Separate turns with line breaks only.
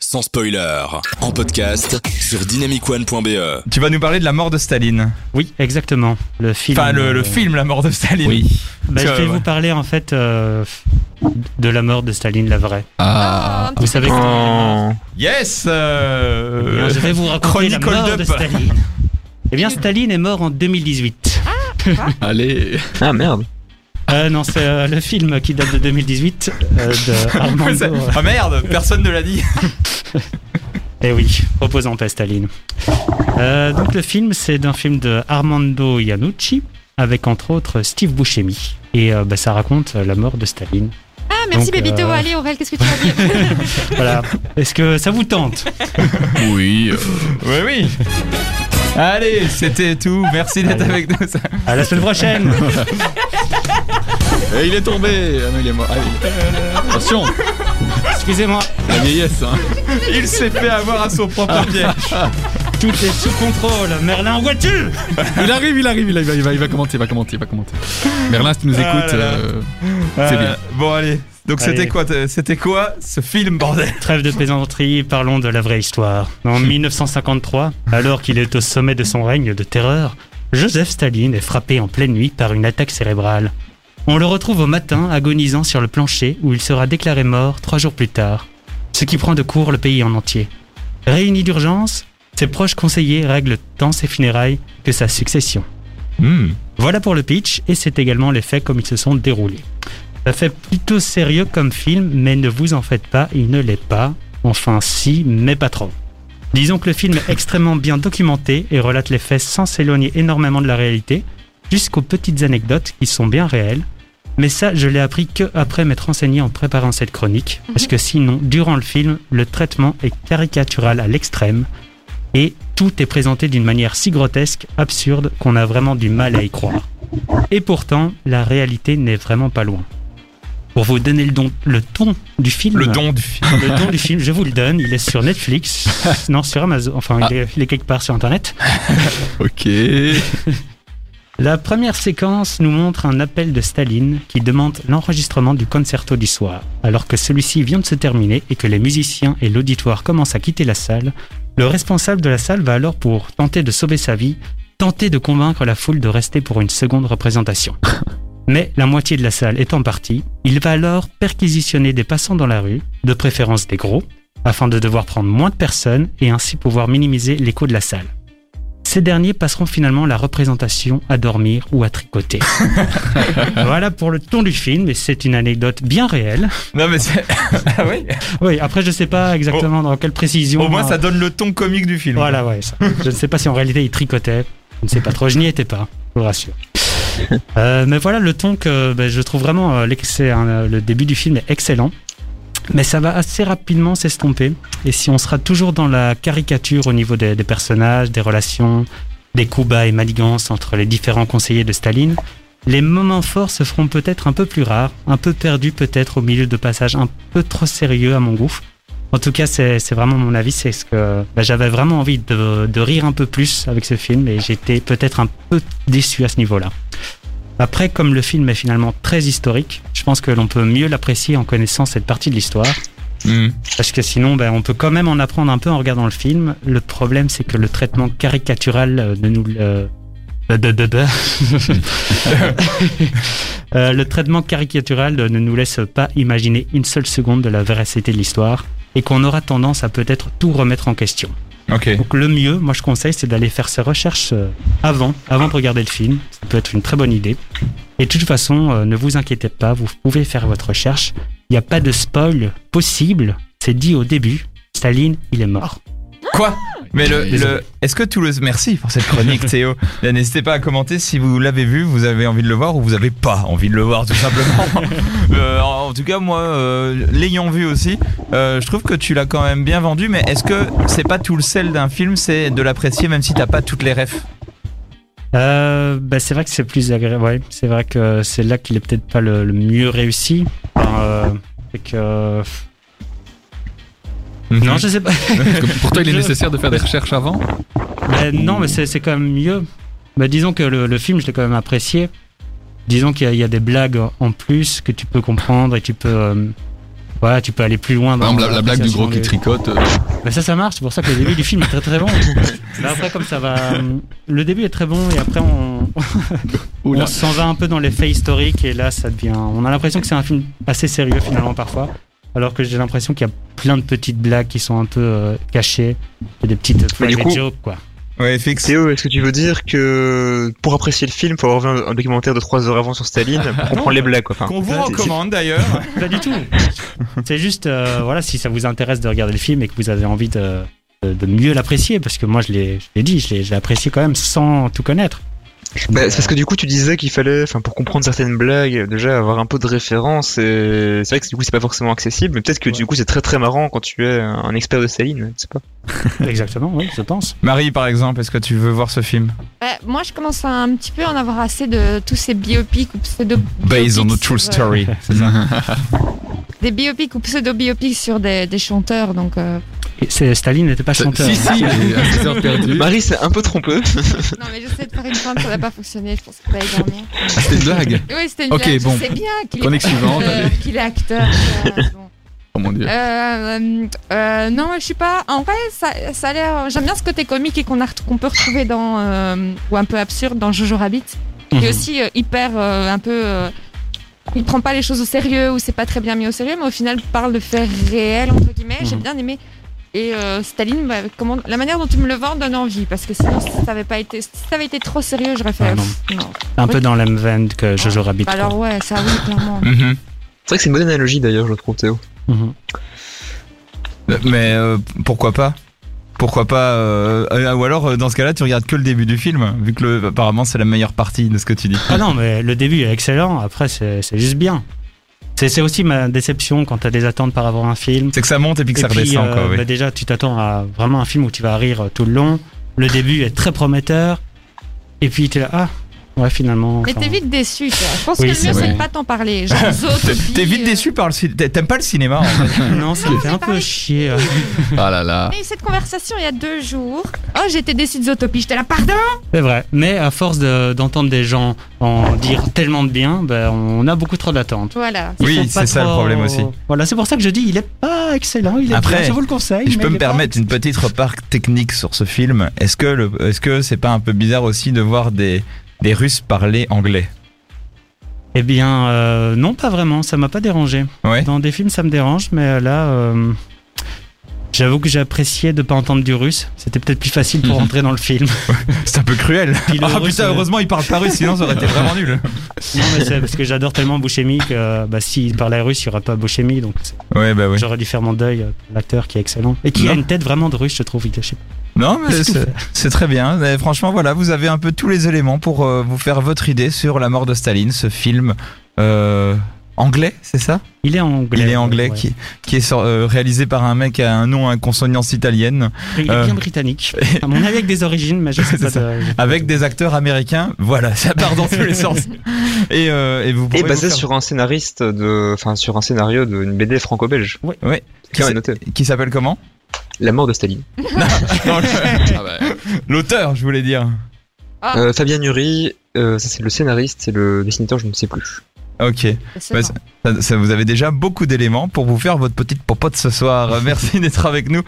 sans spoiler, en podcast sur dynamicone.be.
Tu vas nous parler de la mort de Staline.
Oui, exactement. Le film.
Enfin, le, le
euh,
film La mort de Staline.
Oui.
bah, je
Euh,
vais
ouais.
vous parler en fait euh, de la mort de Staline, la vraie.
Ah.
Vous savez.
Euh,
comment
Yes euh,
il est mort Je vais vous raconter la
Chronicle
mort
Dup.
de Staline. Eh bien, Staline est mort en 2018.
Allez.
Ah merde.
Euh, non, c'est euh, le film qui date de 2018 euh, de
Ouais, c'est-
Armando.
Ah merde, personne ne l'a dit.
Eh oui, repose en paix Staline. Euh, donc le film, c'est d'un film de Armando Iannucci avec entre autres Steve Buscemi. Et euh, bah, ça raconte euh, la mort de Staline.
Ah, merci
Donc,
Bébito.
euh,
Allez, Aurel, qu'est-ce que tu vas dire
Voilà. Est-ce que ça vous tente
Oui. euh,
oui, oui. Allez, c'était tout. Merci d'être
Allez.
avec nous.
À la semaine prochaine
Et il est tombé. Ah non, il est mort. Ah, il est- Attention,
Excusez-moi,
la vieillesse. Hein.
Il s'est fait avoir à son propre piège.
tout est sous contrôle. Merlin, vois-tu
Il arrive, il arrive, il arrive, il va, il va commenter, il va commenter, il va commenter. Merlin, si tu nous
Ah
écoutes,
là là.
euh, c'est
Euh,
bien.
Bon, allez. Donc c'était
Allez.
quoi, euh, c'était quoi ce film bordel
Trêve de plaisanterie, parlons de la vraie histoire. En 1953, alors qu'il est au sommet de son règne de terreur, Joseph Staline est frappé en pleine nuit par une attaque cérébrale. On le retrouve au matin agonisant sur le plancher où il sera déclaré mort trois jours plus tard, ce qui prend de court le pays en entier. Réuni d'urgence, ses proches conseillers règlent tant ses funérailles que sa succession. Voilà pour le pitch, et c'est également les faits comme ils se sont déroulés. Ça fait plutôt sérieux comme film, mais ne vous en faites pas, il ne l'est pas. Enfin si, mais pas trop. Disons que le film est extrêmement bien documenté et relate les faits sans s'éloigner énormément de la réalité, jusqu'aux petites anecdotes qui sont bien réelles. Mais ça, je l'ai appris que après m'être renseigné en préparant cette chronique, parce que sinon, durant le film, le traitement est caricatural à l'extrême, et tout est présenté d'une manière si grotesque, absurde, qu'on a vraiment du mal à y croire. Et pourtant, la réalité n'est vraiment pas loin. Pour vous donner le, don, le ton du film,
Le don du film.
le don du film, je vous le donne, il est sur Netflix, non sur Amazon, enfin il, est, il est quelque part sur Internet.
Ok.
La première séquence nous montre un appel de Staline qui demande l'enregistrement du concerto du soir. Alors que celui-ci vient de se terminer et que les musiciens et l'auditoire commencent à quitter la salle, le responsable de la salle va alors pour tenter de sauver sa vie, tenter de convaincre la foule de rester pour une seconde représentation. Mais la moitié de la salle étant partie, il va alors perquisitionner des passants dans la rue, de préférence des gros, afin de devoir prendre moins de personnes et ainsi pouvoir minimiser l'écho de la salle. Ces derniers passeront finalement la représentation à dormir ou à tricoter. voilà pour le ton du film, et c'est une anecdote bien réelle.
Non mais c'est... Ah oui
Oui, après je sais pas exactement dans quelle précision.
Au moins
hein.
ça donne le ton comique du film.
Voilà, ouais. ça. Je ne sais pas si en réalité il tricotait. Je ne sais pas trop. Je n'y étais pas, je vous rassure. Euh, mais voilà le ton que ben, je trouve vraiment euh, l'excès- hein, le- le début du film est excellent. Mais ça va assez rapidement s'estomper. Et si on sera toujours dans la caricature au niveau des, des personnages, des relations, des coups bas et manigances entre les différents conseillers de Staline, les moments forts se feront peut-être un peu plus rares, un peu perdus peut-être au milieu de passages un peu trop sérieux à mon goût. En tout cas, c'est c'est vraiment mon avis. C'est ce que bah, j'avais vraiment envie de, de rire un peu plus avec ce film et j'étais peut-être un peu déçu à ce niveau-là. Après, comme le film est finalement très historique, je pense que l'on peut mieux l'apprécier en connaissant cette partie de l'histoire.
Hmm.
Parce que sinon, ben, on peut quand même en apprendre un peu en regardant le film. Le problème, c'est que le traitement caricatural euh, de nous. euh, de- de- de- de- Euh, le traitement caricatural euh, ne nous laisse pas imaginer une seule seconde de la véracité de l'histoire et qu'on aura tendance à peut-être tout remettre en question.
Ok.
Donc le mieux, moi je conseille, c'est d'aller faire ses recherches euh, avant, avant de regarder le film. Ça peut être une très bonne idée. Et de toute façon, euh, ne vous inquiétez pas, vous pouvez faire votre recherche. Il n'y a pas de spoil possible. C'est dit au début. Staline, il est mort.
Quoi Mais le,
Désolé.
le- est-ce que tout le merci pour cette chronique Théo. Là, N'hésitez pas à commenter si vous l'avez vu, vous avez envie de le voir ou vous avez pas envie de le voir tout simplement. Euh, en en tout cas moi euh, l'ayant vu aussi, euh, je trouve que tu l'as quand même bien vendu mais est-ce que c'est pas tout le sel d'un film, c'est de l'apprécier même si t'as pas toutes les refs.
Euh, bah, c'est vrai que c'est plus agréable. Ouais, c'est vrai que c'est là qu'il est peut-être pas le, le mieux réussi. Enfin, euh, c'est que... Non, je sais pas.
Parce que Pour toi, il est
Je-
nécessaire de faire des recherches avant
Mais Euh, non, mais c'est c'est quand même mieux. Bah, disons que le, le film, je l'ai quand même apprécié. Disons qu'il y, a- il y a des blagues en plus que tu peux comprendre et tu peux. euh, Voilà, tu peux aller plus loin.
Par
dans
exemple, la, la blague du gros qui
l'appréciation
tricote. euh,
des- Bah ça, ça marche. C'est pour ça que le début du film est très très bon. Mais après, comme ça va, le début est très bon et après on,
oula.
on s'en va un peu dans les faits historiques et là, ça devient. On a l'impression que c'est un film assez sérieux finalement parfois. Alors que j'ai l'impression qu'il y a plein de petites blagues qui sont un peu euh, cachées, et des petites
Mais du
private
coup-
jokes quoi.
Ouais, fixe.
Théo, est-ce que tu veux dire que pour apprécier le film, faut avoir vu un, un documentaire de 3 heures avant sur Staline
Ah
pour comprendre les blagues, quoi. Enfin,
Qu'on vous
c'est-
recommande d'ailleurs.
Pas du tout. C'est juste, euh, voilà, si ça vous intéresse de regarder le film et que vous avez envie de, de- de mieux l'apprécier, parce que moi je l'ai je l'ai dit, je l'ai je l'ai apprécié quand même sans tout connaître.
Bah, c'est parce que du coup, tu disais qu'il fallait, enfin, pour comprendre certaines blagues, déjà avoir un peu de référence. Et... C'est vrai que du coup, c'est pas forcément accessible, mais peut-être que du coup, c'est très très marrant quand tu es un expert de Staline, je sais pas.
Exactement, oui, je pense.
Marie, par exemple, est-ce que tu veux voir ce film
Bah, moi, je commence à un petit peu en avoir assez de tous ces biopics ou pseudo.
Based on
biopics
a true
sur, euh,
story.
Des biopics ou pseudo-biopics sur des, des chanteurs, donc. euh,
Et c'est- Staline n'était pas chanteur.
Si, si, et à 16 heures perdues.
Marie, c'est un peu trompeux.
Non, mais j'essaie de faire une pointe, ça n'a pas fonctionné, je pense que t'allais dormir.
Ah, C'était une blague.
Oui, c'était une
Ok,
blague,
bon.
je sais bien qu'il est,
Chronique suivante,
euh,
allez.
qu'il est acteur. euh, c'est bon.
Oh mon dieu.
Euh, euh, euh, non, je suis pas. En vrai, ça, ça a l'air. J'aime bien ce côté comique et qu'on a qu'on peut retrouver dans euh, ou un peu absurde dans Jojo Rabbit,
hein. Mhm.
qui est aussi euh, hyper euh, un peu. euh, il prend pas les choses au sérieux ou c'est pas très bien mis au sérieux, mais au final parle de faits réels entre guillemets. J'ai
Mhm.
bien aimé. Et euh, Staline, bah, comment, la manière dont tu me le vends donne envie, parce que sinon, si ça avait pas été, si ça avait été trop sérieux, j'aurais fait.
Ah non.
pff, non.
Un peu dans la même veine que Jojo Rabbit.
Bah alors
quoi.
ouais, ça oui, clairement.
Mm.
Mhm.
C'est vrai que c'est une bonne analogie d'ailleurs, je trouve, Théo.
Mhm.
Mais euh, pourquoi pas pourquoi pas euh, euh, ou alors euh, dans ce cas-là tu regardes que le début du film vu que le, apparemment c'est la meilleure partie de ce que tu dis.
Ah non, mais le début est excellent, après c'est c'est juste bien. C'est c'est aussi ma déception quand t'as des attentes par rapport à un film.
C'est que ça monte et puis que
Et
ça
puis,
redescend
euh,
quoi. oui.
bah déjà, tu t'attends à vraiment un film où tu vas rire euh, tout le long. Le début est très prometteur. Et puis tu es là, ah, ouais, finalement.
Mais
enfin,
t'es vite déçu, toi. Je pense
Oui,
que le
c'est
mieux,
vrai.
c'est de pas t'en parler. Genre, aux autres
T'es- T'es
filles,
vite
euh,
déçu par le cinéma. T'aimes pas le cinéma
Ah
en fait.
Non, ça me fait
c'est
un
pareil.
peu chier. euh.
Ah là là.
On a eu cette conversation il y a deux jours. Oh, j'étais déçue de Zootopie, j'étais là, pardon
C'est vrai. Mais à force de- d'entendre des gens en dire tellement de bien, ben, on a beaucoup trop d'attentes.
Voilà.
Ils
Oui,
sont
c'est
pas
ça le
trop-
problème aussi.
Voilà, c'est pour ça que je dis, il est pas excellent. Il est
Après,
bien, je vous le conseille.
Je
mais
peux
il
me
est pas-
permettre une petite remarque technique sur ce film. Est-ce que le, est-ce que c'est pas un peu bizarre aussi de voir des des Russes parler anglais
Eh bien, euh, non, pas vraiment. Ça m'a pas dérangé.
Ouais.
Dans des films, ça me dérange, mais là. euh, J'avoue que j'appréciais de pas entendre du russe. C'était peut-être plus facile
Mhm.
pour entrer dans le film.
C'est un peu cruel.
Puis le
Ah
russe,
putain,
euh,
heureusement il parle pas russe, sinon ça aurait été vraiment nul.
Non, mais c'est parce que j'adore tellement Bouchemi que euh, bah, s'il parlait russe, il n'y aurait pas Bouchemi. Donc c'est-
Ouais bah oui.
j'aurais dû faire mon deuil euh, pour l'acteur qui est excellent. Et qui a
Non.
une tête vraiment de russe, je trouve. Il est-
Non, mais
Qu'est-ce que
c'est- c'est très bien. Et franchement, voilà, vous avez un peu tous les éléments pour euh, vous faire votre idée sur la mort de Staline, ce film euh, anglais, c'est ça
Il est anglais.
Il est anglais,
ouais.
qui, qui est sor- euh, réalisé par un mec à un nom à consonance italienne,
Il est
euh,
bien britannique. À mon avis, avec des origines, mais je sais
C'est
pas.
ça.
de- je-
avec des acteurs américains. Voilà, ça part dans tous les sens. Et, euh, et vous pourrez
Et bah,
vous
basé
faire-
sur un scénariste de, enfin, sur un scénario d'une BD franco-belge.
Ouais.
Tiens, noté.
qui s'appelle comment
La mort de Staline.
Non, le-
Ah bah,
L'auteur, je voulais dire. Ah.
Euh, Fabien Nury, euh, ça c'est le scénariste et le dessinateur, je ne sais plus.
Ok.
C'est
Bah,
bon.
ça- ça- vous avez déjà beaucoup d'éléments pour vous faire votre petite popote ce soir. Merci d'être avec nous.